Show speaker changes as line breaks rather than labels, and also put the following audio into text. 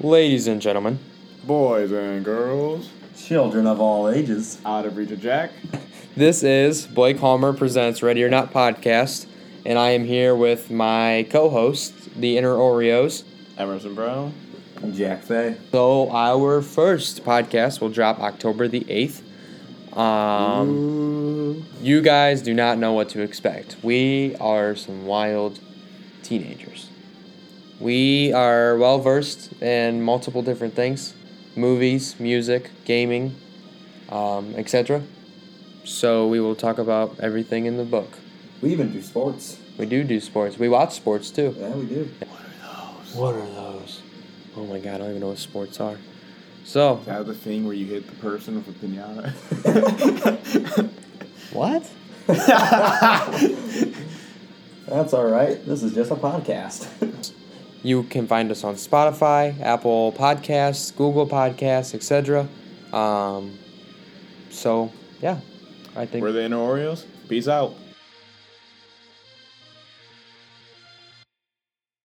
Ladies and gentlemen,
Boys and girls,
Children of all ages.
out of reach of Jack.
this is Blake Palmer Presents Ready or Not podcast, and I am here with my co host, the Inner Oreos.
Emerson Brown.
Jack Fay.
So, our first podcast will drop October the 8th. Um,
Ooh.
you guys do not know what to expect. We are some wild teenagers. We are well versed in multiple different things movies, music, gaming, um, etc. So we will talk about everything in the book.
We even do sports.
We do do sports. We watch sports too.
Yeah, we do.
What are those? Oh my god, I don't even know what sports are. So,
Is that the thing where you hit the person with a pinata?
what?
That's all right. This is just a podcast.
You can find us on Spotify, Apple Podcasts, Google Podcasts, etc. Um, so yeah, I think
We're the Inner Oreos. Peace out.